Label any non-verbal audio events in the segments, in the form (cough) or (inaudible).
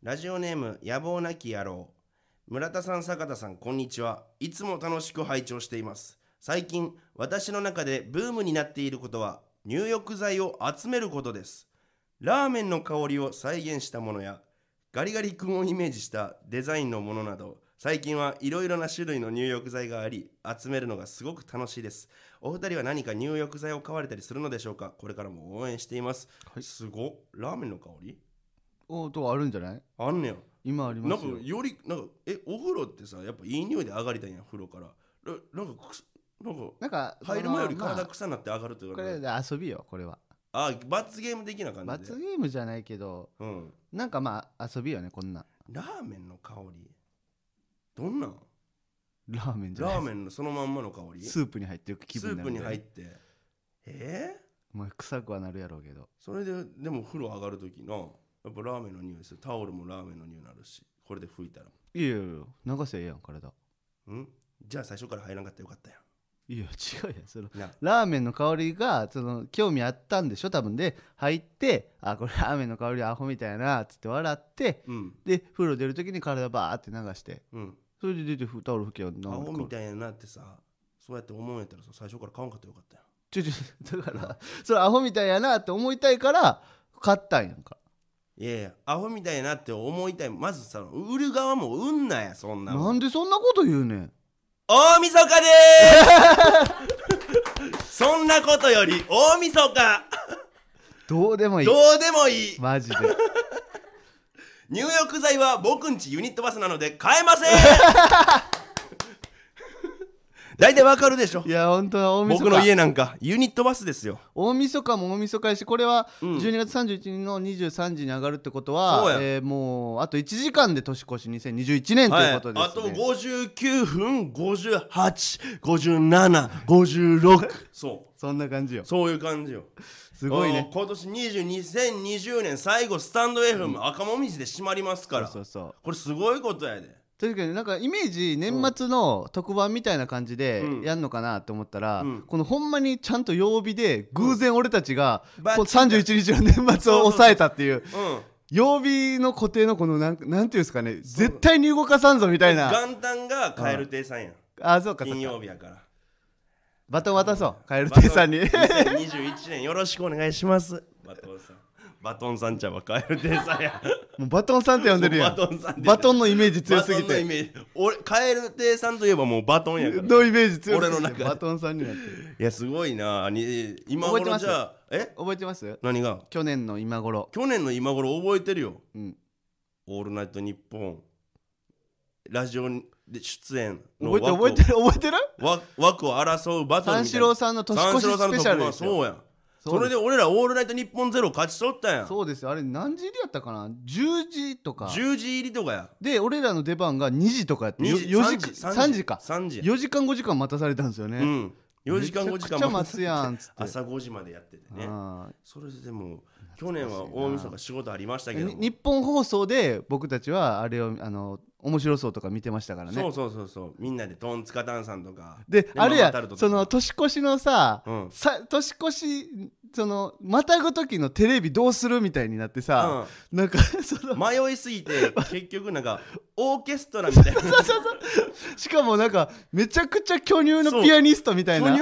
ラジオネーム野望なき野郎村田さん坂田さんこんにちはいつも楽しく拝聴しています最近私の中でブームになっていることは入浴剤を集めることですラーメンの香りを再現したものやガリガリ君をイメージしたデザインのものなど最近はいろいろな種類の入浴剤があり集めるのがすごく楽しいですお二人は何か入浴剤を買われたりするのでしょうかこれからも応援しています、はいすごっラーメンの香りおとあるんじゃないあんねや今ありなまんすかよよりなんかえお風呂ってさやっぱいい匂いで上がりたいんや風呂からななんかくすなんかなんか入る前よりそのまあ体臭なって上がるというこか、れで遊びよこれはあ罰ゲーム的な感じ罰で、ゲームじゃないけどうん、なんかまあ遊びよねこんなラーメンの香りどんなんラーメンじゃないラーメンのそのまんまの香りスープに入ってる気分になスるープに入っててえー、まあ臭くはなるやろうけどそれででも風呂上がる時のやっぱラーメンの匂いするタオルもラーメンの匂いになるしこれで拭いたらいやいやいや流せええやん体んじゃあ最初から入らんかったらよかったやいや違うやんそのんなラーメンの香りがその興味あったんでしょ多分で入ってあこれラーメンの香りアホみたいやなっつって笑ってうんで風呂出る時に体バーって流してうんそれで出てふタオル拭きはアなホみんかたいやなってさそうやって思うんやったらさ最初から買わんかったらよかったやんちょちょだからそれアホみたいやなって思いたいから買ったんやんかいやいやアホみたいやなって思いたいまずさ売る側も売んなやそんななもんんでそんなこと言うねん大晦日でー (laughs) すそんなことより大晦日どうでもいいどうでもいいマジで入浴剤は僕んちユニットバスなので買えません (laughs) 大体わかるでしょいや本当は大晦僕の日家なんかユニットバスですよ大晦日も大晦日やしこれはうん12月31日の23時に上がるってことそうはや、えーもうあと1時間で年越し2021年とはいいうあこととです、ね59分585756そそんな感じようそういう感じよすごいあのね今年20 2020年最後スタンド FM 赤もみじで閉まりますから、そうそうそうこれすごいことやで確かになんかイメージ年末の特番みたいな感じでうんやんのかなと思ったら、うんこのほんまにちゃんと曜日で偶然俺たちが、うんこう31日の年末を抑えたっていううん曜日の固定のこのなんなんていうんですかね絶対に動かさんぞみたいな元旦が蛙亭さんやんあそうかそう金か曜日やからバトン渡そうカエル亭さんに2021年よろしくお願いしますバトンさんバトンさんちゃんはカエル亭さんやもうバトンさんって呼んでるやバんトンさんってバトンのイメージ強すぎバトンのイてメージ俺カエル亭さんといえばもうバトンやからのイメージ強す俺のぎ中てでバトンさんになってるいやすごいなに今覚えて頃ますじゃあえ覚えてます何が去年の今頃去年の今頃覚えてるようん「オールナイトニッポン」ラジオで出演の覚え枠てをる覚えてる覚えてるわ枠を争うバトル三みたい四な郎さんの年越しスペシャルです三四郎さんの特番そうよやんそそうれで俺ら「オールナイトニッポンゼロ勝ち取ったやんそうですよあれ何時入りやったかな10時とか10時入りとかやで俺らの出番が2時とかやって2時4時3 3時時3時か3時4時間5時間待たされたんですようねん4時間5時めちゃ間くちゃ待つやんっつって朝5時までやっててねあーそれででも去年は大晦日仕事ありましたけどに日本放送で僕たちはあれをあの面白そうとか見てましたからねそうそうそうそうみんなでトンツカタンさんとかで、あれママタやルト、とかその年越しのさ,、うんさ、年越し、その、またぐ時のテレビどうするみたいになってさ、なんか、 (laughs) その、迷いすぎて結局なんかオーケストラみたいな (laughs) しかもなんか、めちゃくちゃ巨乳のピアニストみたいな。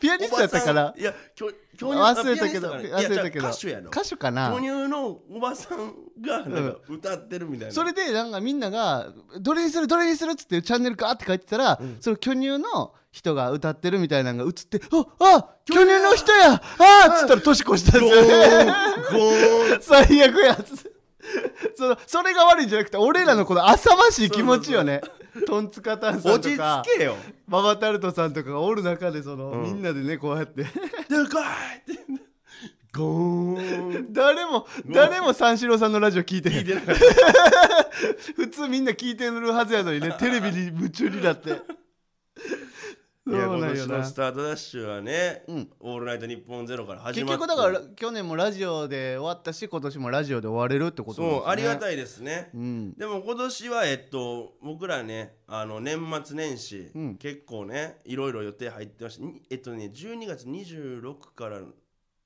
ピアニストやったかおばらさん、いや巨巨乳忘れたけど、あピアニス忘トれかなたけど、いやじゃあ歌手やろ歌手か巨な。乳のおばさんがなんか歌ってるみたいな、それで、なんかみんなが、どれにする、どれにするっつってチャンネルかって書いてたら、その巨乳の人が歌ってるみたいなのが映って、ああ巨乳の人やあっつったら年越したんゴですよね。ーンゴーン (laughs) 最悪やつそのそれが悪いんじゃなくて俺らのこの浅ましい気持ちよねトンツカタンさん落とちか着けよママタルトさんとかがおる中でその、うんみんなでねこうやって (laughs) でかいってゴーン誰も誰も三四郎さんのラジオ聞いてな聞いいてなかっ普通みんな聞いてるはずやの (laughs) にねテレビに夢中になったてそいやう今なん年よのなスタートダッシュはね、うんオールナイトニッポンゼロから始結まって局だから去年もラジオで終わったし今年もラジオで終われるってことなんでそす、ね、うありがい、たいですねうん、でも今年はえっと僕らねあの年末年始、うん結構ねいろいろ予定入ってましたにえっとね12月26から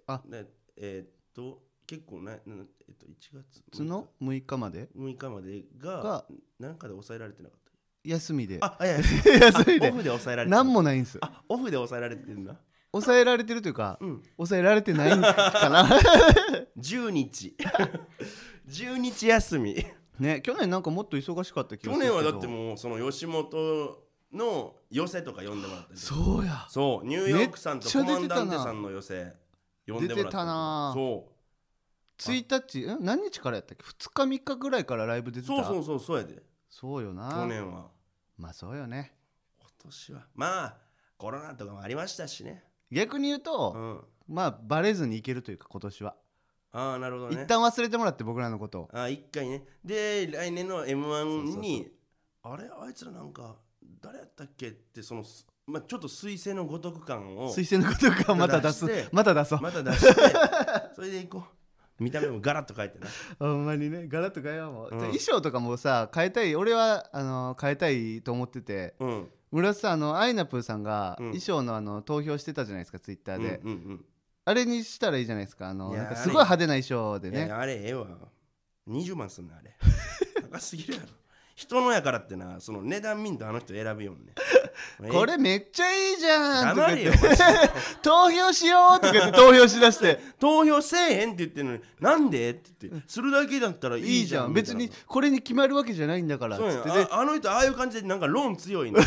あねえっと結構ねなえっと、1月その6日まで6日までががなんかで抑えられてなかっ休みで (laughs) たあいやいや休 (laughs) みあオでフで抑えられてた何もないんですあオフで抑えられてるんだ抑えられてるというかうん抑えられてないんかな (laughs) 10日 (laughs) 10日休みね去年なんかもっと忙しかった気が去する年はだってうもうその吉本の寄せとか呼んでもらったりとかそうやそうニューヨークさんとめっコちゃ出マてンたダなンテさんの寄せ呼んでもらったりと出てかたなそう1日ん何日からやったっけ2日3日ぐらいからライブ出てたそうそうそうそうやでそうよな去年はまあそうよね今年はまあコロナとかもありましたしね逆に言うと、うんまあバレずにいけるというか今年は、ああなるほどね一旦忘れてもらって僕らのことをあ一回ねで来年の m 1にあれあいつらなんか誰やったっけってその、すまあ、ちょっと彗星のごとく感を推薦のことからまた出す出してまた出そう、また出してそれでいこう見た目もガラッと変えてなほんまにねガラッと変えようもう、うん衣装とかもさ変えたい俺はあの変えたいと思っててうん村瀬さんあのアイナプーさんがうん衣装のあの投票してたじゃないですかツイッターで、うんうんあれにしたらいいじゃないですかあのいやなんかあれすごい派手な衣装うでんいやいねやあれええわ20万すんな (laughs) あれ高すぎるやろ人のやからってなその値段見んとあの人選ぶよんね (laughs) これめっちゃいいじゃんと黙かれ言よって (laughs) 投票しようとか言って投票しだして投票せえへんって言ってんのになんでって言ってするだけだったら (laughs) いいいいじじゃゃんみんたい別なにこれに決まるわけじゃないんだからっそうつやっんてでああの人ああいう感じでなんか論強 (laughs) いね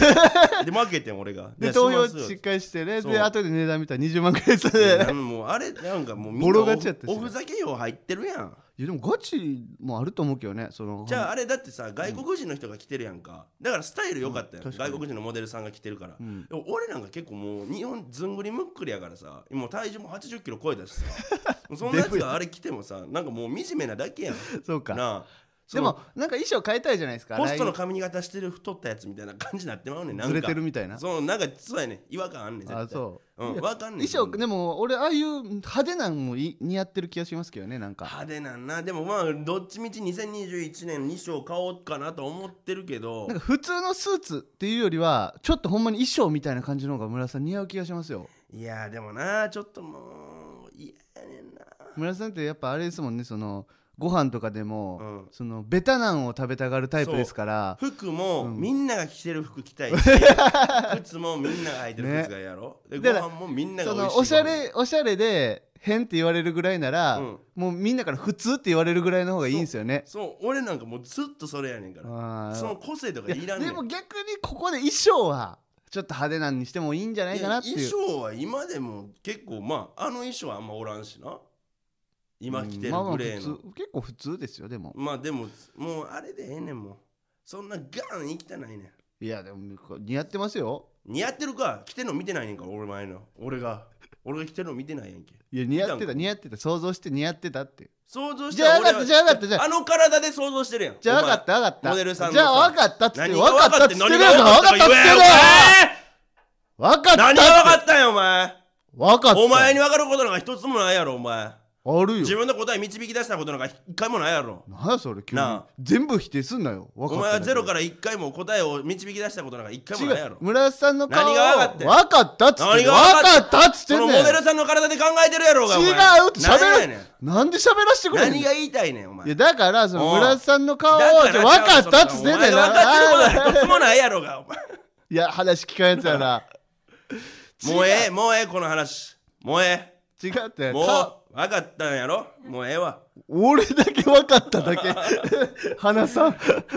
で負けてん俺がいでや投票しますしっよかりしてねそうで後で値段見たら20万くらいさいやでなんもうあれなんかもうみんなボロ勝ちやったしおおふざけよう入ってるやんいやでもガチもあると思うけどねそのじゃああれだってさ外国人の人が来てるやんかだからスタイル良かったやん、うん確か外に国人のモデルさんが来てるから、うんでも俺なんか結構もう日本ずんぐりむっくりやからさもう体重も8 0キロ超えた (laughs) しさそんなやつがあれ来てもさなんかもう惨めなだけやんそうかなあそでのもなんか衣装変えたいじゃないですかポストの来髪型してる太ったやつみたいな感じになってまうねんな年んずかれてるみたいなそうなんかそうやね違和感あんねん絶対あそううんいやわかんねん衣装でも俺ああいう派手なんもい似合ってる気がしますけどねなんか派手なんなでもまあどっちみち2021年に衣装買おうかなと思ってるけどなんか普通のスーツっていうよりはちょっとほんまに衣装みたいな感じの方が村田さん似合う気がしますよいやでもなちょっともう嫌やねんな村田さんってやっぱあれですもんねそのご飯とかでも、うんそのベタなんを食べたがるタイプですから服も、うんみんなが着てる服着た (laughs) いし靴もみんなが履いてる靴がやろ、でだごから飯もみんながそ美味しいのおしゃれおしゃれで変って言われるぐらいなら、うんもうみんなから普通って言われるぐらいの方がいいんですよねそう俺なんかもうずっとそれやねんからあーその個性とかいいらやんねんでも逆にここで衣装はちょっと派手なんにしてもいいんじゃないかなっていうや衣装は今でも結構まああの衣装はあんまおらんしな今着てるうんまあまあグレーの普、通結構普通ですよでもまあでももうあれでええねんもうそんなガン生きてないねいやでも似合ってますよん似合ってるか着てんの見てないねんから俺前の俺が俺が着てるの見てないやんけいや似合見ってたたんか似合ってた想像して似合ってたって想像しじゃあ分かった俺はじゃあ分かったじゃああの体で想像してるやんじゃあ分かっおた分かったモデルさんのじゃあ分かったっつって前分何がか分っかたっっててんの言って何がるやん分かったか言えよか分かったっつってるやん分かった何が分かったんやお前分かったお前に分かることなんか一つもないやろお前あるよ自分の答え導き出したことなんか一回もないやろなんやそれ急になあ全部否定すんなよ分かおった前はゼロらから一回も答えを導き出したことなんか一回違もないやうろ村田さんの顔を何が分かってん分かったっつって何分がか分かっったっつってそんのモねんデルさんの体で考えてるやろうがお前違うって何がや喋ねんるなんで喋らせてくれへんの何が言いたいねんお前いやだからそのうん村田さんの顔をだら分かったっつってんだよお前が分かってることなんなか一つもないやろうがお前いや話聞かんやつやなもうええもうええこの話もうえ違うってえもうか分かったんやろもうええわ俺だけ分かっただけ花さん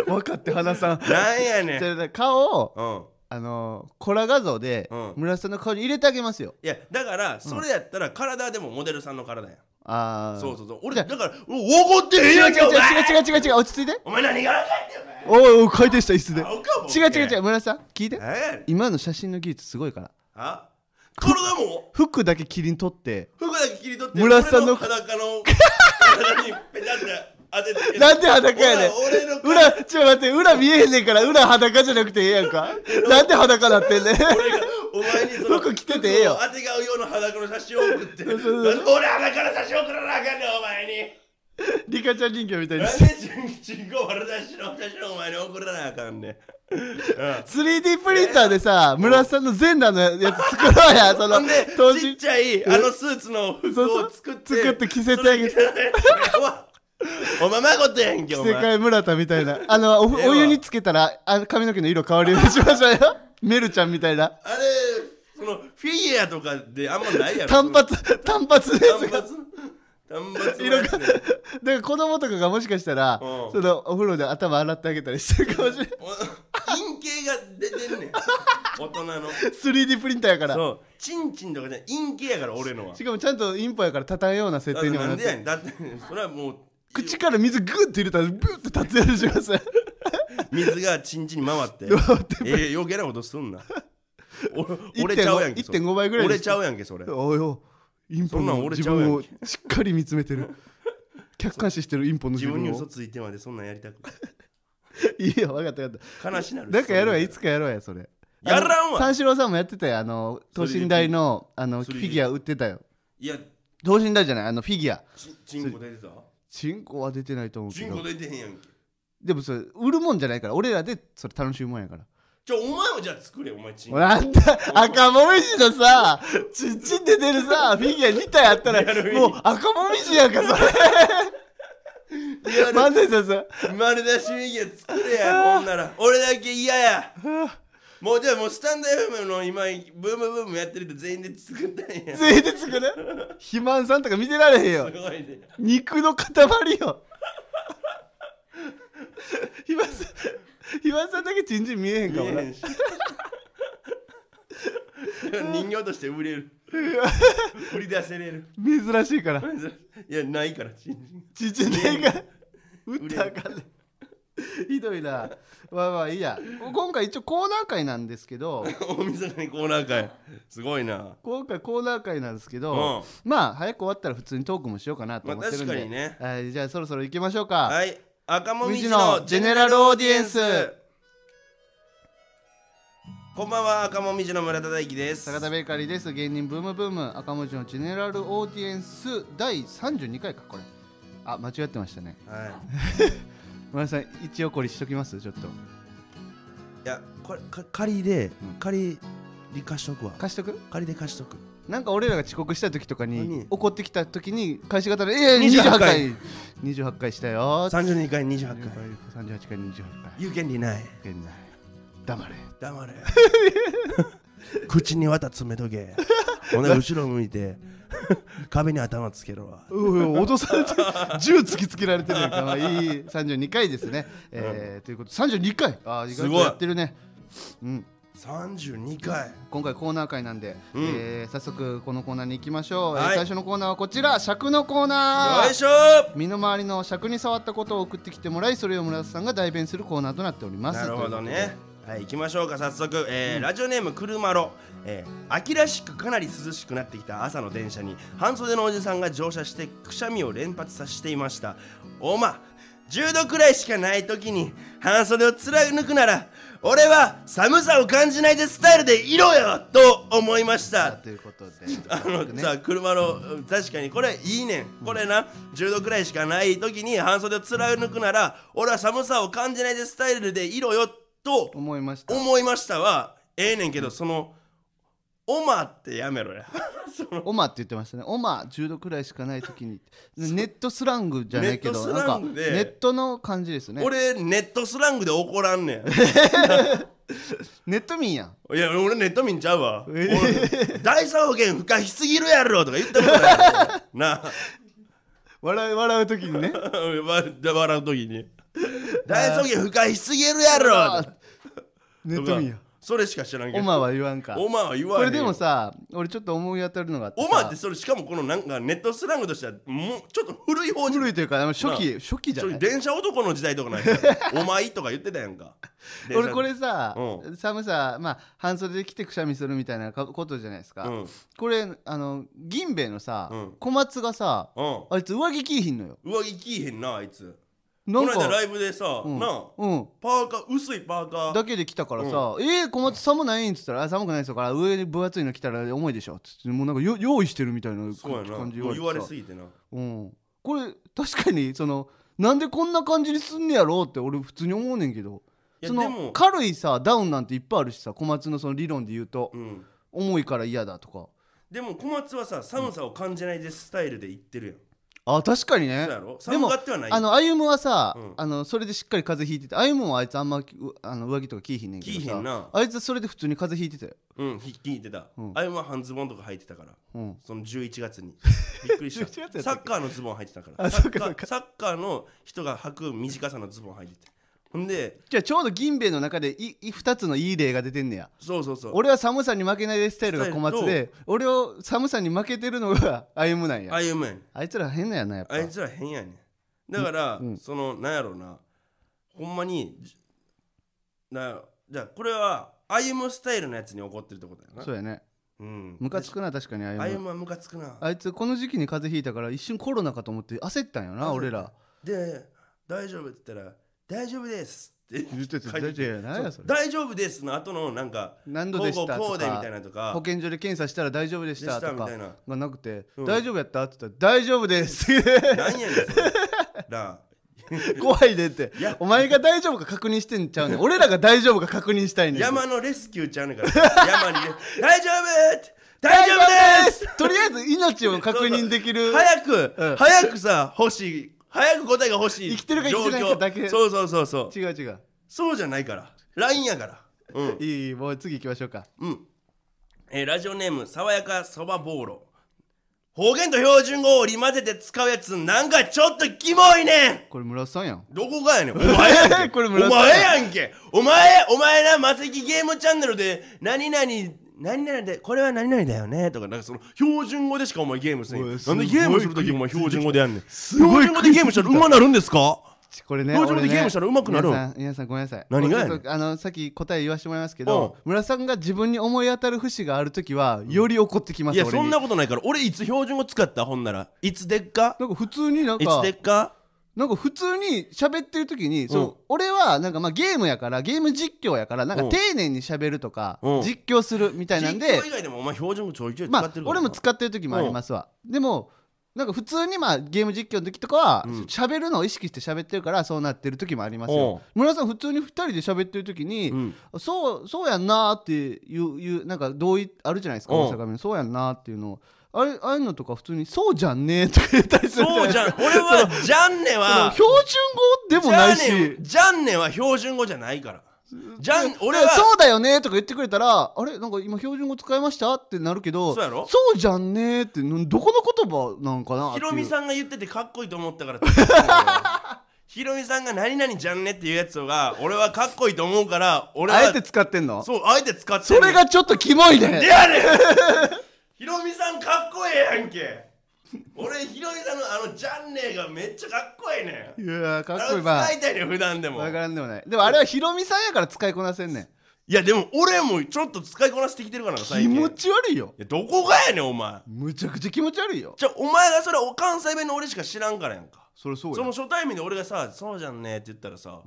分かって花さんなんやねん (laughs) じゃあ顔をうんあのーコラ画像でうん村田さんの顔に入れてあげますよいやだからそれやったら体でもモデルさんの体やんああそうそうそう俺じゃだあからお怒って違へんうや違んうけお違う前違う違う違う落ち着いてお前何が分かってんのおいおい回転した椅子でおかも違う違う違うう村田さん聞いて何やねん今の写真の技術すごいからあ体も服だけ切り取って服だけ切り取って村さんの俺 (laughs) 裸の体にペタって当ててなんで裸やねん俺俺の体裏、ちょ、待って、裏見えへんねんから、裏裸じゃなくてええやんか。なんで裸なってんねん。俺がお前にその服着ててええよ服をあてがうような裸の写真を送ってなんうそうで俺裸の写真送らなあかんねんお前にリカちゃん人形みたいにな。んで純子悪出しの写真をお前に送らなあかんねん (laughs) うん 3D プリンターでさ、村瀬さんの全裸のやつ作ろうや、そ (laughs) ほのんで、当ちっ時。ちゃいあのスーツの服を作ってそうそう作って着せてあげてそれ着られたら (laughs) おままごとやんけお正前解村田みたいなあのおええわお湯につけたらあ髪の毛の色変わるようにしましょうよ (laughs) メルちゃんみたいなあれそのフィギュアとかであんまないやろ単発単発で単発単発のやつねだから子供とかがもしかしたら、うんそのお風呂で頭洗ってあげたりしてるか (laughs) もしれないお陰茎が出てんねん大人 (laughs) の 3D プリンターやからそうチンチンとかじゃない陰茎やから俺のはしかもちゃんとインポやから立たんような設だっ定てにもななんっでやねてんだってそれはもう口から水グッて入れたらブーって立つようにします水がチンチンに回って (laughs) 回ってえー、余計なことすんなお俺ちゃうやんけそれ1.5倍ぐらい俺ちゃうやんけそれおいおいインポそんなのん俺自ちゃうやん分をしっかり見つ (laughs) めてる客観視してるインポの自自分に分嘘をついてまでそんなんやりたくない (laughs) いいよ分かった分かっ悲しなたるなんかやろうやいつかやろうやそれやらんわあの三四郎さんもやってたよあの等身大のあの 3D フィギュア売ってたよいや等身大じゃないあのフィギュアちチンコ出てたチンコは出てないと思うチけンコど出てへんやんけでもそれ売るもんじゃないから俺らでそれ楽しむもんやからちょお前もじゃあ作れお前チンコなんだ赤もみじの (laughs) さちっちんで出るさフィギュア2体あったらリアルもう赤もみじやんかそれル漫才さんさ丸出しフィギュア作れやほんなら俺だけ嫌やもうじゃあもうスタンド FM の今ブームブームやってる人全員で作ったん (laughs) やす全員で作る肥満さんとか見てられへんよごいね肉の塊よ (laughs) 肥満さん肥満さんだけちんちん見えへんかも見なえへんし (laughs) 人形として売れる売り出せれる珍しいからいやないからチンチンちんちんでかい打っ売れたらあかんねひどいなまあまあいいや今回一応コーナー会なんですけど (laughs) 大晦日にコーナー会すごいな今回コーナー会なんですけど、まあ早く終わったら普通にトークもしようかなと思ってるんまで、あ確かにねはいじゃあそろそろ行きましょうか、はい赤もみじもみじののジェジェネネララルルオオーーデディィエエンンススこんばんは赤もみじの村田大樹です坂田ベーカリーです芸人ブームブーム赤文字のジェネラルオーディエンス第32回かこれあ間違ってましたねはい村井さん一怒りしときますちょっといやこれか仮で、うん仮で貸しとくわ貸しとく仮で貸しとくなんか俺らが遅刻した時とかに何怒ってきた時に返し方で「ええ28 28回回28回したよ」 32回28回38回28回言う権利ない現在黙れ黙れ口に綿詰めとけほんで後ろ向いて壁に頭つけろわおい (laughs) おい脅されてる銃突きつけられてるやんか、まあ、いい32回ですね、えーということ32回あー意す外とごいやってるねうん、 32回今回コーナー会なんで、うんえー早速このコーナーに行きましょう、えーはい最初のコーナーはこちら尺のコーナよいーしょ身の回りの尺に触ったことを送ってきてもらいそれを村田さんが代弁するコーナーとなっておりますなるほどねはい行きましょうか早速、えーラジオネームくるまろ、えー秋らしくかなり涼しくなってきた朝の電車に半袖のおじさんが乗車してくしゃみを連発させていましたおま10度くらいしかない時に半袖を貫くなら俺は寒さを感じないでスタイルでいろよと思いましたということで (laughs) あのねさ車のうん確かにこれいいねんこれな10度くらいしかない時に半袖を貫くなら俺は寒さを感じないでスタイルでいろよと思いました思いましたはええねんけどその「おま」ってやめろやそのオマって言ってましたねオマ10度くらいしかない時にネットスラングじゃないけどネットスラングでなんかネットの感じですね俺ネットスラングで怒らんねん (laughs) ネット民やんいや俺ネット民ちゃうわえ俺大草原不可避すぎるやろとか言ったこと (laughs) ないな (laughs) あ笑う笑う時にね笑う時に大草原不可避すぎるやろとかネット民やそれしか知らんけどオマは言わんかオマは言わこれれでもさ俺ちょっと思い当たるのがあってオさマってそれしかもこのなんかネットスラングとしてはもうちょっと古い方じゃん古いというかあの初期初期じゃちょないい電車男の時代とかないお前とか言ってたやんか電車 (laughs) 俺これさ、う寒さまあ半袖で来てくしゃみするみたいなかことじゃないですか、うんうんこれあの銀兵衛のさ、うん小松がさあいつ上着着いひんのよ上着着いへんなあいつなこんのか間ライブでさ、うんなあうんパーカー薄いパーカーだけで来たからさ「えー、小松寒ないん?」っつったらあ「寒くないですよから上に分厚いの着たら重いでしょ」っつってもうなんかよ用意してるみたいなそうやな感じもう言われてすぎてなさうん、これ確かにそのなんでこんな感じにすんねやろうって俺普通に思うねんけどいやそでのも、軽いさダウンなんていっぱいあるしさ小松のその理論で言うとうん、重いから嫌だとかでも小松はさ寒さを感じないでスタイルで言ってるやんあ確かにそうねやろで寒もがってはないあの歩はさ、うんあのそれでしっかり風邪ひいてて歩むはあいつあんまうあの上着とか着いひんねんけ聞どいへんさなあいつそれで普通に風邪ひいてたよ、うんひ聞いてた、うんあれも半ズボンとか履いてたからうん、その11月 (laughs) にびっくりした11月やったっけサッカーのズボン履いてたかあらサッそうかカそうーサッカーの人が履く短さのズボン履いててほんでじゃあちょうど銀兵衛の中でいい2つのいい例が出てんねやそうそうそう俺は寒さに負けないでスタイルが小松スタイで俺を寒さに負けてるのが歩むなんやああいうもんやねんあいつら変なんやなやっぱあいつら変やねんだから、うんそのなんやろうなほんまにじなじゃあこれは歩むスタイルのやつに怒ってるってことやなそうやねうんムカつくな確かに歩歩むむはムカつくなあいつこの時期に風邪ひいたから一瞬コロナかと思って焦ったんよな俺らで大丈夫って言ったら大丈夫ですって言って書いてたやなやそそうれ大丈夫ですの後のなんか何こ度うでこしうたことうでみたいかなとか保健所で検査したら大丈夫ででししたたとみかたいながなくてうん大丈夫やったって言ったら大丈夫です (laughs) なんやねんそれなあ怖いでっていやお前が大丈夫か確認してんちゃ (laughs) うねん俺らが大丈夫か確認したいねん山のレスキューちゃうねんから山にね大丈夫って大丈夫です (laughs) とりあえず命を確認できる早く、うん早くさ欲しい早く答えが欲しい生きてるか生きてないか状況だけそうそうそうそう違う違うそうじゃないから LINE やからうんいいいいもう次行きましょうかうん、えーラジオネーム爽やかそばぼうろ方言と標準語を織り交ぜて使うやつなんかちょっとキモいねんこれ村田さんやんどこがやねんお前やんけ (laughs) これお村前田さんやんけお前お前なマセキゲームチャンネルで何々何々でこれは何々だよねとかなんかその標準語でしかお前ゲームせんよおいなんすごでいゲームするときお前標準語でやんねんご標い準語でゲームしたらうまなるんですかこれね標準語で俺ねゲームしたら上手くなる皆さん皆さんごめんなさい何がやねんちょっとあのさっき答え言わせてもらいますけどう村田さんが自分に思い当たる節があるときはより怒ってきまいすや俺そにんななことないから俺いつ標準語使ったほんならいつでっかんか普通になんいつかでっかなんか普通に喋ってる時に、そうんの俺はなんかまあゲームやからゲーム実況やからなんうかん丁寧に喋るとか、うん実況するみたいなんで実況以外でもお前標準語ちょいちょい使まっあてるから俺なも使ってる時もありますわ、でもなんか普通にまあゲーム実況の時とかはうん喋るのを意識して喋ってるからそうなってる時もありますよ、村田さん普通に2人で喋ってる時に、うんそうそうやんなーっていういうなんか同意あるじゃないですかうん大阪弁そうやんなーっていうのをあれああいうのとか普通に「そうじゃんねー」とか言ったりするそうじ (laughs) ゃんん俺はじゃんねは標準語でもないじゃんしねじゃんねは標準語じゃないからじゃん俺いやはそうだよねとか言ってくれたらあれなんか今標準語使いましたってなるけどそうやろうじゃんねってなんどこの言葉なんかなひろみんさんが言っててかっこいいと思ったから (laughs) ひろみさんが何々じゃんねっていうやつが俺はかっこいいと思うから俺はあえて使ってんのそそうあえて使ってれがちょっとキモいでねやねんひろみさんかっこええやんけ俺ひろみさんのあのじゃんねがめっちゃかっこええねんいやーかっあこいいれば使いたいねん普段でもわからんでもないでもあれはひろみさんやから使いこなせんねいやでも俺もちょっと使いこなしてきてるからなん最気近持ち悪いよいやどこがやねんお前むちゃくちゃ気持ち悪いよじゃあお前がそれお関西弁の俺しか知らんからやんかそれそうそのよ初対面で俺がさ「そうじゃんね」って言ったらさ「は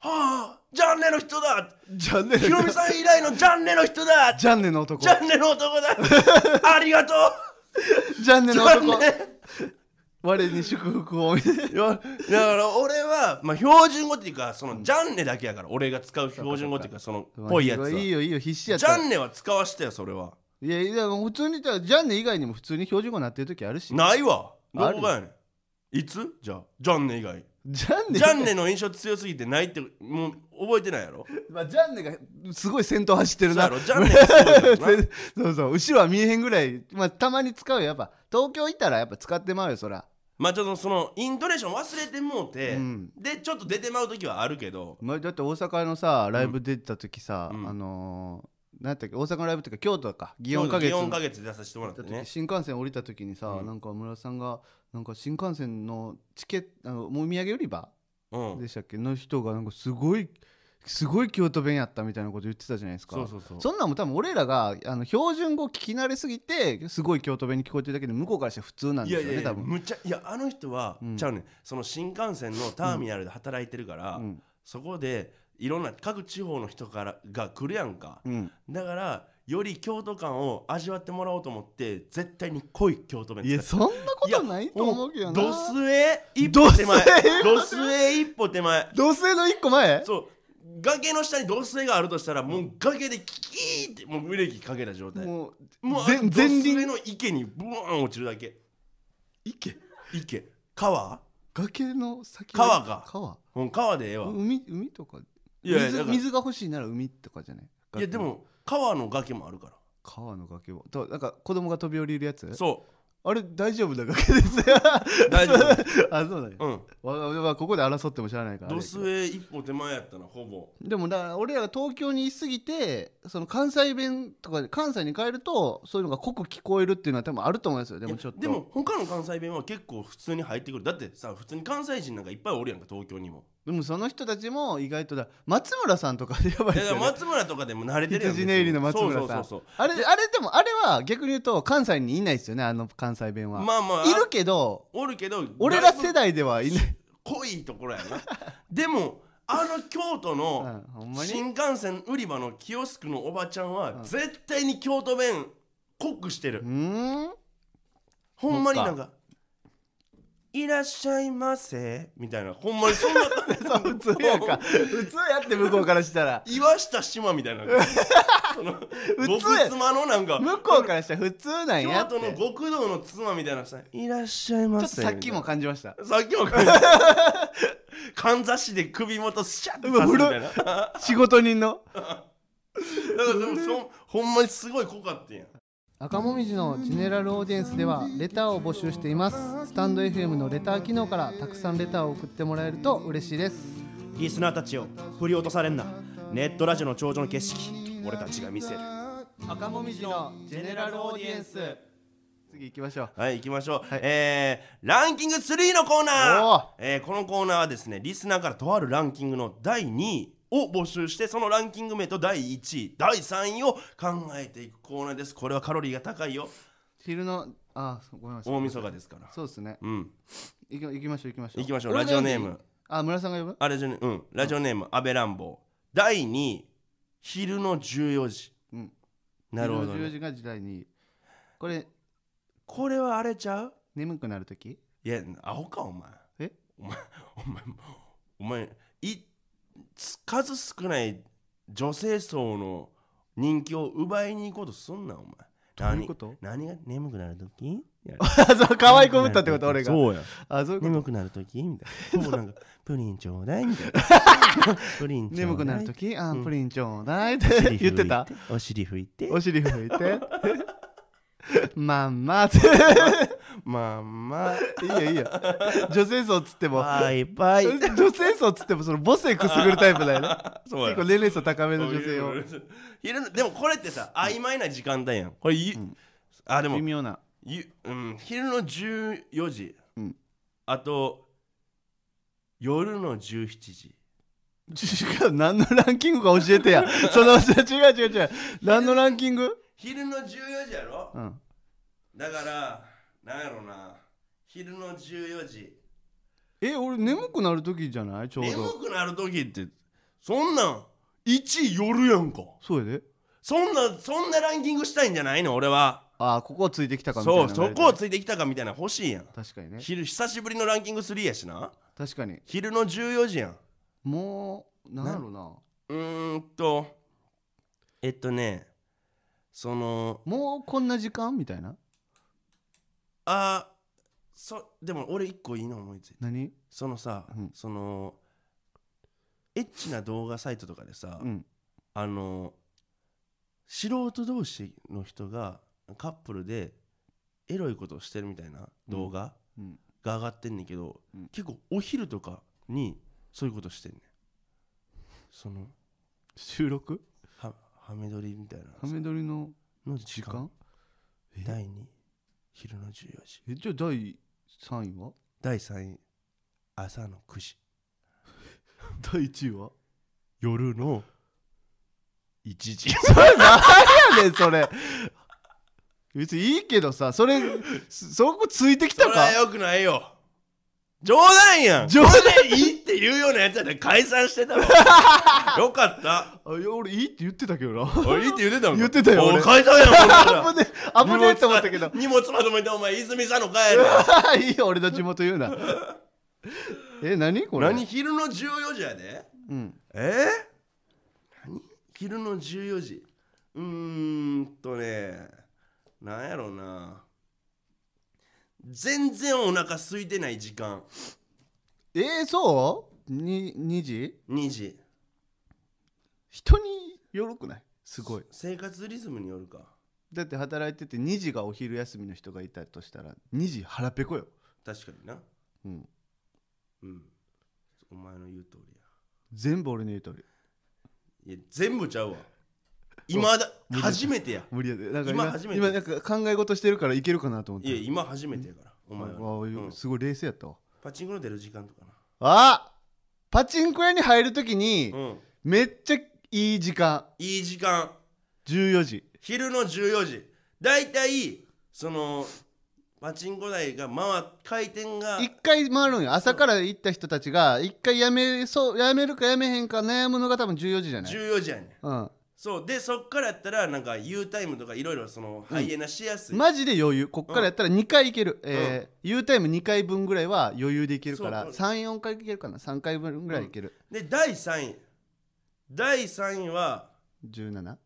あじゃんねの人だ (laughs) じゃんねひろみさん以来のじゃんねの人だじゃんねの (laughs) 男じゃんねの男 (laughs) だありがとじゃんねうじのゃん男ね」我に祝福をみたいないやだから俺は、まあ、標準語っていうかその「じゃんね」だけやから俺が使う標準語っていうかその (laughs) ぽいやつはいいよいいよ必死やっじたゃんねは使わしてよそれはいやいや普通に言ったらジャンネ以外にも普通に標準語になってる時あるしないわどあるこがやねんいつじゃあじゃん (laughs) ね以外ジャンネじゃんねの印象強すぎてないってもう覚えてないやろまあジャンネがすごい先頭走ってるそうやなろジャンネがすごい (laughs) からな (laughs) そうそう後ろは見えへんぐらいまあたまに使うよやっぱ東京行ったらやっぱ使ってまうよそらまあちょっとそのイントネーション忘れてもうて、うんでちょっと出てまう時はあるけどまあだって大阪のさライブ出てた時さ、うんあのー、何やったっけ大阪のライブとか京都か祇園花月祇園の花月出させてもらってね新幹線降りた時にさ、うんなんか村田さんがなんか新幹線のチケットあのお土産売り場うんでしたっけの人がなんかすごいすごい京都弁やったみたいなこと言ってたじゃないですかそうそうそうそんなんも多分俺らがあの標準語聞き慣れすぎてすごい京都弁に聞こえてるだけで向こうからしたら普通なんいですやよいやねいや多分、むちゃいやあの人は、うんちゃうねんその新幹線のターミナルで働いてるから、うんそこでいろんな各地方の人からが来るやんかうんだからより京都感を味わってもらおうと思って絶対に濃い京都弁いやそんなことないと思うけどなドスへ一歩手前ドスへ一歩手前同性の一個前そう崖の下に土星があるとしたらもう崖でキーってもうブレーキかけた状態ももうう前前前輪輪の池にブワーン落ちるだけいけ池川崖の先の川か川うん川でええわ海海とかいやいやだか水ら水が欲しいなら海とかじゃないいやでも川の崖もあるか川の崖をとなんか子供が飛び降りるやつらそあれ大丈夫な崖ですよう (laughs) 大丈夫 (laughs) あそうなんやうんわわわここで争っても知らないからあれドやけどスへ一歩手前やったなほぼでもだから俺らが東京にいすぎてその関西弁とかで関西に帰るとそういうのが濃く聞こえるっていうのは多分あると思いますよでもちょっといやでも他の関西弁は結構普通に入ってくるだってさ普通に関西人なんかいっぱいおるやんか東京にもでもその人たちも意外とだ松村さんとかやばいい (laughs) やでだすよ、からね、松村とかでも慣れてるやん羊ネイリの松村さんそうそうそうあれあれでもあれは逆に言うと関西にいないですよねあの関西弁そうは、まあまあいるけどおるけど俺らだ世い代ではいないぶ濃いところやな (laughs) でもあの京都のうんほんまに新幹線売り場のキオスクのおばちゃんは絶対に京都弁濃くしてるうーんほんまになんか「いらっしゃいませ」みたいなほんまにそん (laughs) な感じそう普通やんか普通やって向こうからしたら岩下島みた (laughs) いなその普通や極妻のなんか向こうからしたら普通なんや京って都のちょっ極道の妻みたいなさ「いらっしゃいまとせ」さっきみたもい感じましたなさっきも感じ (laughs) かんざしで首元シャッて刺すみたいなだから仕事人のでもそんほんまにすごい濃かったんやん赤もみじのジェネラルオーディエンスではレターを募集していますスタンド FM のレター機能からたくさんレターを送ってもらえると嬉しいですリスナーたちを振り落とされんなネットラジオの頂上の景色俺たちが見せる赤もみじのジェネラルオーディエンス次行きましょうはい行きましょう、はいえーランキング3のコーナおーーえーこのコーナーはですねリスナーからとあるランキングの第2位を募集してそのランキング名と第1位第3位を考えていくコーナーですこれはカロリーが高いよ昼のあそうごめんなさい大晦日ですからそうですねうん行き行きましょう行きましょう行きましょう俺ラがジオネー呼んムでいいあ村さんが呼ぶあラジオネームうんラジオネーム安倍乱暴第2位昼の14時、うんなるほど昼の14ね、時が時代にこれこれはあれちゃう眠くなるときいやアホかお前えお前 (laughs) お前お前いつ数少ない女性層の人気を奪いに行こうとすんなお前どういうこと何何が眠くなるとき (laughs) あそう可愛い子ぶったってこと俺がそうやあそういうこと眠くなるときみたいな (laughs) ほぼなんかプリンちょうだいみたいなプリンちょうだい眠くなるときあうんプリンちょうだいおって尻拭い言ってた (laughs) お尻拭いてお尻拭いて (laughs) まんまってまあまあいいよいいよ女性層っつってもバイバイ女性層っつってもその母性くすぐるタイプ (laughs) だよねそう結や構年齢層高めの女性を昼のでもこれってさ曖昧な時間帯やんこれゆ、あでも微妙なゆ、うん、昼の14時、うんあと夜の17時違う何のランキングか教 (laughs) えてやその違う違う違う何のランキング昼の14時やろ、うんだからなんやろな昼の14時え俺眠くなる時じゃないちょう眠どくなる時ってそんなん1位夜やんかそうやでそんなそんなランキングしたいんじゃないの俺はああここはついてきたかみたいそなうそこをついてきたかみたいなの欲しいやん確かにね昼久しぶりのランキング3やしな確かに昼の14時やんもうなんやろうなうーんとえっとねそのもうこんな時間みたいなあそでも俺一個いいの思いついた何そのさ、うんそのエッチな動画サイトとかでさ、うんあの素人同士の人がカップルでエロいことをしてるみたいな動画うんが上がってんねんけど、うん結構お昼とかにそういうことしてんねんその収録はハメ撮りみたいなハメ撮りのの時時間間第2昼の14時えじゃあ第3位は第3位朝の9時第1位は夜の1時 (laughs) 何やねんそれ別にいいけどさそれそそこついてきたそれはかよくないよ冗談やん冗談でいいって言うようなやつやったら解散して (laughs) たわよかったあいや俺いいって言ってたけどなおいいいって言ってたのか言ってたよおい俺解散やんこれから (laughs) 危ねえ危ねえと思ったけ (laughs) ど荷物まとめてお前泉さんの帰るいいよ俺の地元言うなえ何これ何昼の14時やでうんえー、何昼の14時うーんとねなんやろうな全然お腹空いてない時間えー、そうに ?2 時2時人によろくないすごい生活リズムによるかだって働いてて2時がお昼休みの人がいたとしたら2時腹ペコよ、確かになうん、うんお前の言う通り全部俺の言う通りやいや全部ちゃ (laughs) うわ今だ無理だ初めてや無理やでなんか今初めて今なんか考え事してるからいけるかなと思っていや今初めてやからお前は、わあうんすごい冷静やったわパチンコの出る時間とかなあパチンコ屋に入るときにうんめっちゃいい時間いい時間14時昼の14時だいたいそのパチンコ台が回っ回転が一回回るんよ朝から行った人たちが一回やめそうやめるかやめへんか悩むのが多分14時じゃない、 14時やねんうん、そうでそっからやったらなんか U タイムとかいろいろそのハイエナしやすい、マジで余裕こっからやったら2回いける、えー U タイム2回分ぐらいは余裕でいけるからそう34回いけるかな3回分ぐらいいける、で第3位第3位は 17?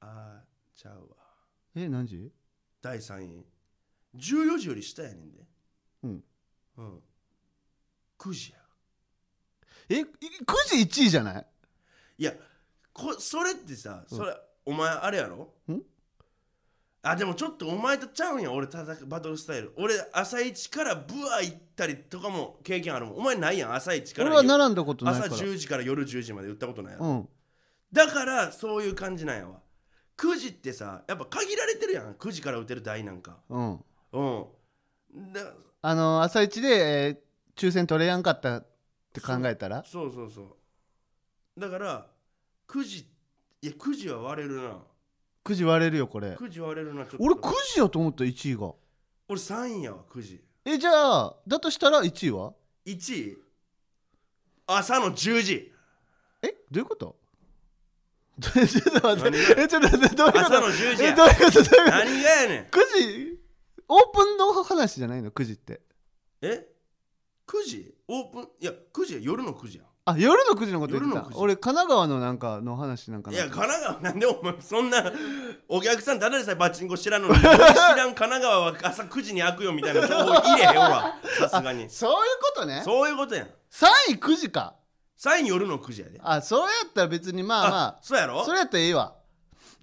あーちゃうわえ何時第3位14時より下やねんでうんうん9時やえ9時1位じゃないいやこそれってさそれ、お前あれやろんあでもちょっとお前とちゃうんや俺戦うバトルスタイル俺朝一からブワ行ったりとかも経験あるもんお前ないやん朝一から俺は並んだことない朝から10時から夜10時まで打ったことないやろうんだからそういう感じなんやわ9時ってさやっぱ限られてるやん9時から打てる台なんかうんうんだあの朝一で、えー抽選取れやんかったって考えたらそうそうそうだから9時いや9時は割れるな9時割れるよこれ9時割れるなちょっと俺9時やと思った1位が俺3位やわ9時えじゃあだとしたら1位は1位朝の10時えどういうこと (laughs) ちょっと待って (laughs) えちょっと待ってどういうこ朝との10時えやどういうことどういうこと何がやねん9時オープンの話じゃないの9時ってえ9時オープンいや9時や夜の9時やあ夜の9時のこと言って夜のた9時俺神奈川のなんかの話なんかいなや神奈川なんでお前そんなお客さんただでさえパチンコ知らんのに知らん神奈川は朝9時に開くよみたいな情報入れへんわさすがにそういうことねそういうことやん3位9時かサイン夜の9時やであそうやったら別にまあまあそうやろそれやったらいいわ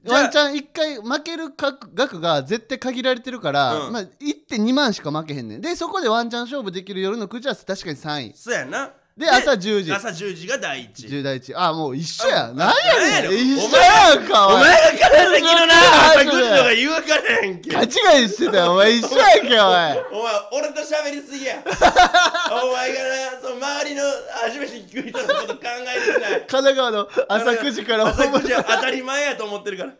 じゃあワンチャン1回負ける額額が絶対限られてるから、うんまあ、1.2万しか負けへんねんでそこでワンチャン勝負できる夜の9時は確かに3位そうやなで朝10時朝10時が第一10第1あもう一緒やあなんやなんやねんねん一緒やんかおお前前が金崎のな朝9時とか言うからやんけ勘違いしてたよお前一緒やんけお前お前俺と喋りすぎ (laughs) やお前がなその周りの初めて聞く人のこと考えてない神奈川の朝9時から朝9時は当たり前やと思ってるから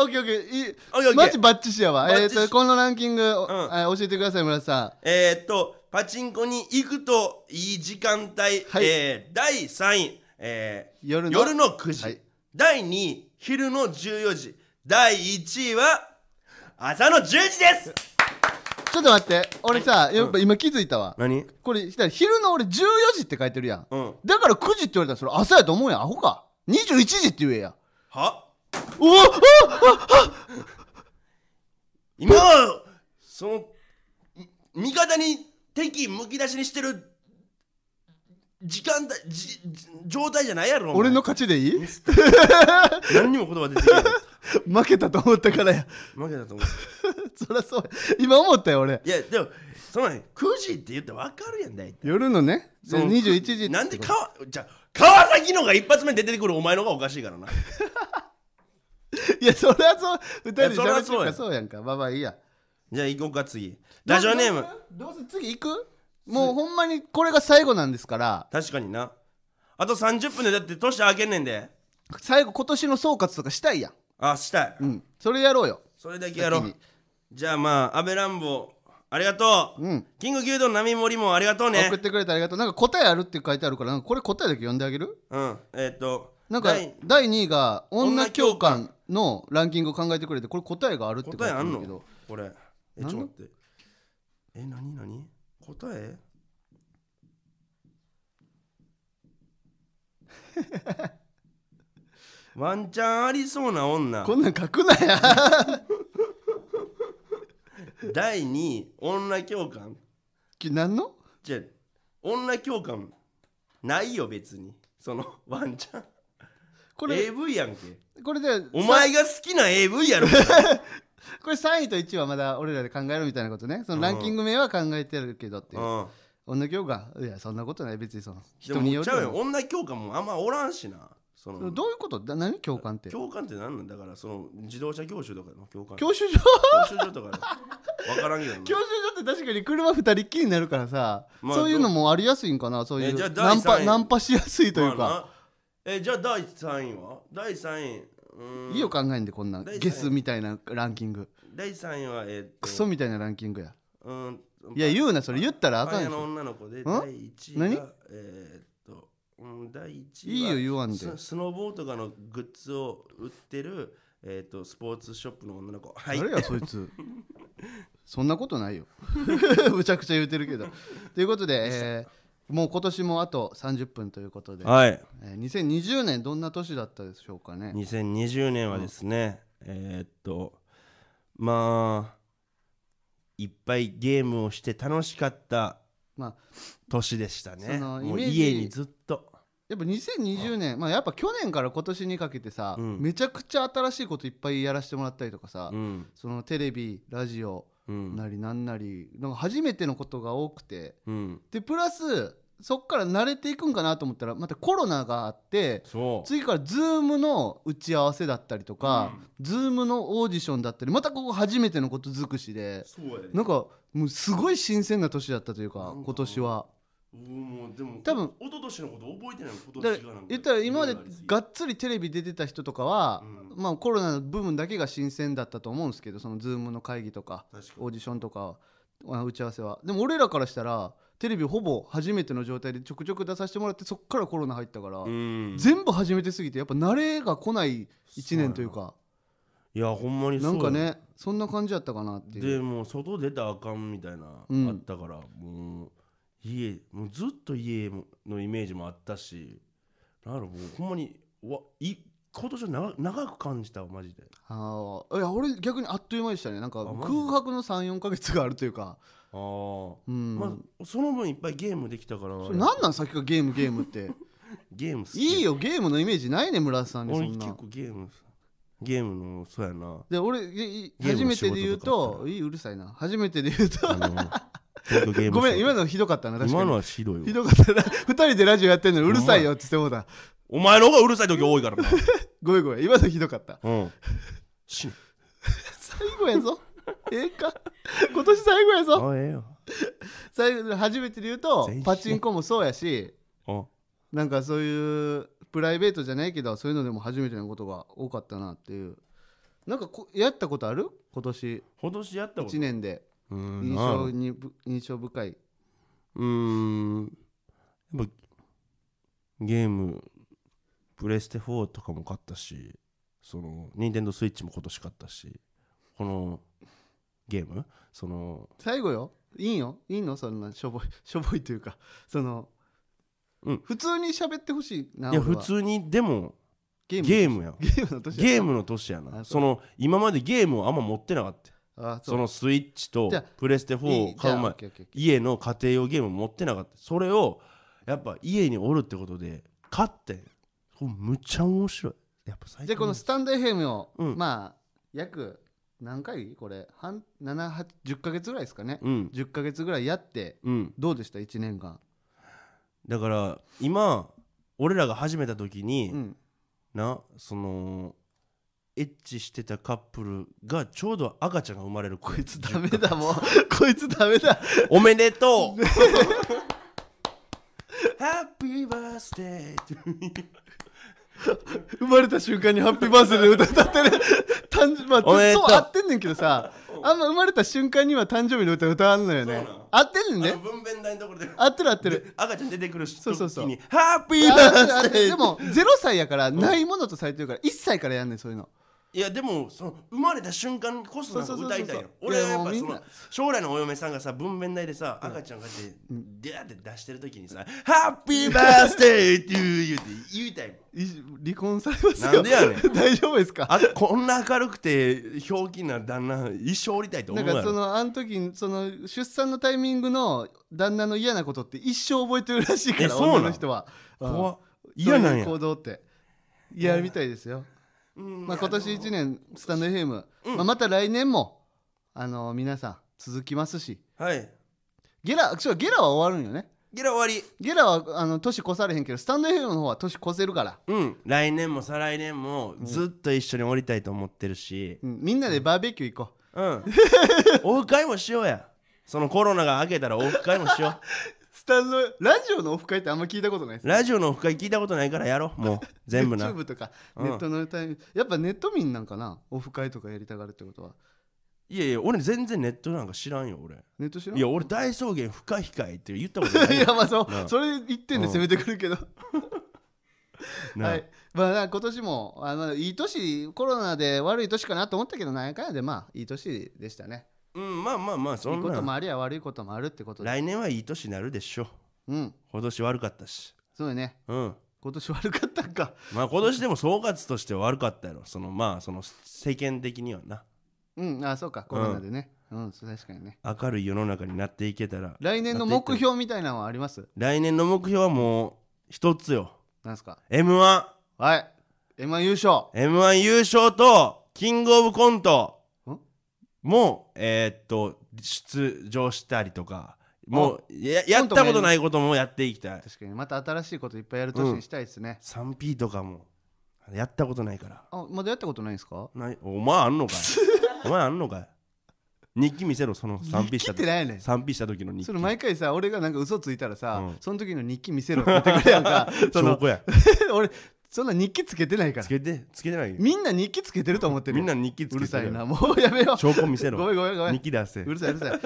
オッケーオッケーいいオッケーオッケーマジバッチシやわバッえっ、チシとこのランキング、あ教えてください村田さえーっと、パチンコに行くといい時間帯、はいえー第3位、えー夜の9時、はい第2位、昼の14時、第1位は朝の10時ですんちょっと待って俺さ、やっぱ今気づいたわ、何これしたら昼の俺14時って書いてるやん、うん。だから9時って言われたらそれ朝やと思うやんアホか21時って言えやはおお今は、その、み味方に敵むき出しにしてる時間帯、じじ状態じゃないやろ、お前俺の勝ちでいい (laughs) 何にも言葉出て (laughs) ない。 (laughs) 負けたと思ったからや (laughs) 負けたと思う。そりゃそうや今思ったよ俺いや、でも、そのね、9時って言って分かるやん、大体。夜のねその21時なんで川じゃあ川崎のが一発目に出てくるお前のがおかしいからないやそりゃそう二人でいやそり喋ゃってそうるからやそうやんかまあまあいいやじゃあ行こうか次ラジオネームどうせ次行くもうほんまにこれが最後なんですから確かになあと30分でだって年明けんねんで最後今年の総括とかしたいやんあしたい、うんそれやろうよそれだけやろ先うにじゃあまあ安倍乱暴ありがとう、うんキング牛丼並盛りもありがとうね送ってくれてありがとうなんか答えあるって書いてあるからなんかこれ答えだけ読んであげるうんえっ、となんか第第2位が女教官のランキングを考えてくれてこれ答えがあるって書いて答えあるんけどのこれえちょっなんとの待ってえ何何答 (laughs) えワンチャンありそうな女こんなん書くなや第2位女教官 (laughs) き何のじゃあ女教官ないよ別にそのワンちゃんこれ AV やんけこれでおさ前が好きな AV やろこれ3位と1位はまだ俺らで考えるみたいなことねそのランキング名は考えてるけどっていう、うん女教官いやそんなことない別にそので人もによるちゃうよ女教官もあんまおらんしなそのどういうことだ何教官って教官って何なんだからその自動車教習とかの教官教教習所習所とかわからんけどな教習所って確かに車2人っきりになるからさ、まあそういうのもありやすいんかなそういえじゃあう第ナン三パ位ナンパしやすいというまあか、なえじゃあ第3位は第3位うーんいいよ考えんでこんなん第三位ゲスみたいなランキング第3位はえーっとクソみたいなランキングやうーんいや言うなそれ言ったらあパかンん屋やのろ女の子でん第1位何がえーっとうん第1いい位はよ言わんでススノーボーとかのグッズを売ってるえーっとスポーツショップの女の子はい誰やそいつそんなことないよ (laughs) むちゃくちゃ言うてるけどということで、えーもう今年もあと30分ということで、はいえー2020年どんな年だったでしょうかね2020年はですね、えーっとまあいっぱいゲームをして楽しかったまあ年でしたねそのもうイメージ家にずっとやっぱ2020年まあやっぱ去年から今年にかけてさ、うんめちゃくちゃ新しいこといっぱいやらせてもらったりとかさ、うんそのテレビラジオうんなりなんなりなんか初めてのことが多くてうんでプラスそっから慣れていくんかなと思ったらまたコロナがあってそう次から Zoom の打ち合わせだったりとか、Zoom のオーディションだったりまたここ初めてのこと尽くしでそうやでなんかもうすごい新鮮な年だったといなうんかか今年はうんもうでも多分お一昨年のこと覚えてない今だ年かがらなんか言ったら今までいろいろありすぎてがっつりテレビ出てた人とかは、うまあ、コロナの部分だけが新鮮だったと思うんですけどその Zoom の会議とか確かオーディションとかあ打ち合わせはでも俺らからしたらテレビほぼ初めての状態でちょくちょく出させてもらってそっからコロナ入ったから、にうん全部初めてすぎてやっぱ慣れが来ない1年というかいやほんまにそなうんやかねそんな感じやったかなっていうでもう外出たらあかんみたいな、うんあったからもう家もうずっと家のイメージもあったしなんやろもうほんまにうわい今年は長長く感じたわマジであーいや俺逆にあっという間でしたねなんかあマジで空白の34か月があるというかああ、うん、まあその分いっぱいゲームできたからそれ何なんさっきからゲームゲームって (laughs) ゲーム好きいいよゲームのイメージないね村田さんにそ俺ん結な構ゲームゲームのそうやな (laughs) で俺いいゲー初ムのめ仕事てで言うとかあったといいうるさいな初めてで言うとあのちょっと (laughs) ゲームごめん今ののひどかったな確かに今のはひどいひよどかったな二人でラジオやってんのにうるさいよって言ってもうたお前の方がうるさい時多いからなごめんごめん今のひどかった (laughs) うん死ぬ最後やぞええか今年最後やぞあええよ最後初めてで言うと全身パチンコもそうやしあなんかそういうプライベートじゃないけどそういうのでも初めてのことが多かったなっていうなんかこやったことある今年今年やったこと1年でうん印なんやろ象にぶ印象深いうーんやっぱゲームプレステ4とかも買ったしその任天堂スイッチも今年買ったしこのゲームその最後よいいんよいいのそんなしょぼい (laughs) しょぼいというかその、うん普通に喋ってほしいないや俺普は通にでもゲームゲームやんゲームの年ゲームの年やなあその今までゲームをあんま持ってなかったあそのスイッチとじゃあプレステ4を買う前いいじゃあオッケーオッケーオッケ家の家庭用ゲーム持ってなかったそれをやっぱ家におるってことで買ってこれむっちゃ面白いやっぱー最じゃあこのスタンド FM を、うんまあ約何回これ半7 8 10ヶ月ぐらいですかね、うん10ヶ月ぐらいやってうんどうでした1年間、だから今俺らが始めた時に、うん、なそのエッチしてたカップルがちょうど赤ちゃんが生まれるこいつダメだもうこいつダメだおめでとう (laughs) ハッピーバースデー生まれた瞬間に「ハッピーバースデー」歌歌 (laughs) ってる誕生まあおめでとうそう合ってんねんけどさあんま生まれた瞬間には誕生日の歌歌わんのよねそうなん合ってんねんね分娩台のところで合ってる合ってる赤ちゃん出てくる時にそうそうそうハッピーバあーあスデーでも0歳やからないものとされてるから1歳からやんねんそういうのいやでもその生まれた瞬間こそなんかそうそう歌そうそういたいよい俺やはやっぱもうみそんなの将来のお嫁さんがさ分娩台でさ赤ちゃんがってでーって出してる時にさ「ハッピーバースデー to you」って言いたいもんい離婚されますよなんでやね (laughs) 大丈夫ですかあこんな明るくてひょうきんな旦那一生おりたいと思なんうやかそろのあの時にその出産のタイミングの旦那の嫌なことって一生覚えてるらしいえからそうなん女の人は怖っうん嫌なそうんいうや行動って嫌みたいですよ、うんまあ、今年1年スタンド FM、うんまあ、また来年もあの皆さん続きますしはいゲラそうゲラは終わるんよねゲラ終わりゲラはあの年越されへんけどスタンド FM の方は年越せるから、うん来年も再来年もずっと一緒におりたいと思ってるしうん、みんなでバーベキュー行こう (laughs) うんオフ会もしようやそのコロナが明けたらオフ会もしようスタンドラジオのオフ会ってあんま聞いたことないですねラジオのオフ会聞いたことないからやろうもう全部な (laughs) YouTube とかうんネットのタイミングやっぱネット民なんかなオフ会とかやりたがるってことはいやいや俺全然ネットなんか知らんよ俺ネット知らんいや俺大草原不可控えって言ったことない (laughs) いやまあそうう、んそれ一点で攻めてくるけど、なはいまあ今年もあのいい年コロナで悪い年かなと思ったけどなんやかんやでまあいい年でしたねうんまあまあまあいそんいこともなありゃ悪いこともあるってことで来年はいい年になるでしょうん今年悪かったしそうだねうん今年悪かったんかまあ今年でも総括としては悪かったやろそのまあその世間的にはなうんあそうかコロナでねうん、そう確かにね明るい世の中になっていけたら来年の目標みたいなのはあります来年の目標はもう一つよなんすか m 1はい M1 優勝 m 1優勝とキングオブコントんもうえーっと出場したりとかもうややったことないこともやっていきたい確かにまた新しいこといっぱいやる年にしたいですね、 3P とかもやったことないからあまだやったことないんですかないお前あん (laughs) のかいお前あんのかい日記見せろその 3P し切たって時ないよね 3P した時の日記それ毎回さ俺がなんか嘘ついたらさ、うんその時の日記見せろって言ってくれや (laughs) んかそ証の拠や俺そんな日記つけてないからつけてつけてないみんな日記つけてると思ってるみんな日記つけてうるさいなよもうやめよう証拠見せごめろんごめんごめ日ん記出せうるさいうる (laughs) さい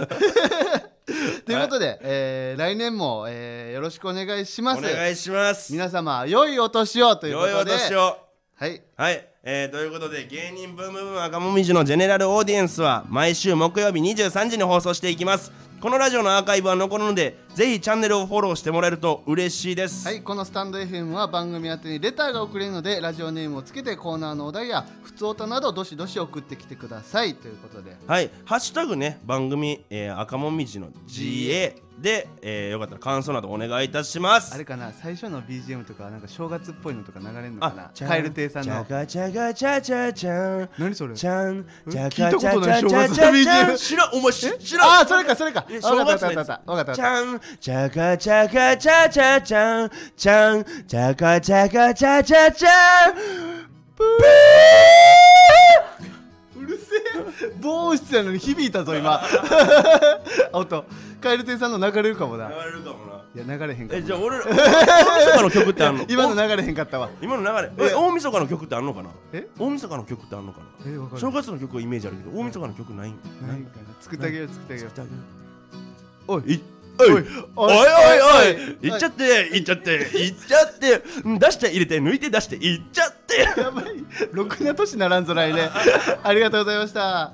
ということで、えー来年も、えーよろしくお願いしまおす願いします皆様良いお年をということ良でいお年をはいはい、えーということで芸人ブームブーム赤もみじのジェネラルオーディエンスは毎週木曜日23時に放送していきますこのラジオのアーカイブは残るのでぜひチャンネルをフォローしてもらえると嬉しいですはい、このスタンド FM は番組宛てにレターが送れるのでラジオネームをつけてコーナーのお題や普通歌などどしどし送ってきてくださいということではい、ハッシュタグね番組、えー赤もみじの GA で、えーよかったら感想などお願いいたしますあれかな最初の BGM とかなんか正月っぽいのとか流れるのかなあカエル亭さんじゃのがじゃがじゃじゃじゃん何それじゃんえじゃがじ聞ゃいたじことないゃじゃじゃ正じゃん月の BGM 知らんお前し知らんああそれかそれかえあわかった正月わかのったわかったわかったちわかっゃんちゃかちゃかちゃちゃちゃんちゃんちゃかちゃかちゃちゃちゃんブたうるせえ防音室やのに響いたぞ今 (laughs) 音カエル亭さんの流れるかもなーい流れるかもなや流れへんかえもじゃあ俺ら大晦日の曲ってあんの今の流れへんかったわお今の流れえ大晦日の曲ってあんのかなえ大晦日の曲ってあんのかえわなかる正月の曲はイメージあるけど大晦日の曲ないんなんかな作ってあげよう作ってあげようおいいおいおおいいおおいいおおいいいっちゃっていっちゃっていっちゃってうん出して入れて抜いて出していっちゃってやばいろくな年ならんぞ来年ありがとうございました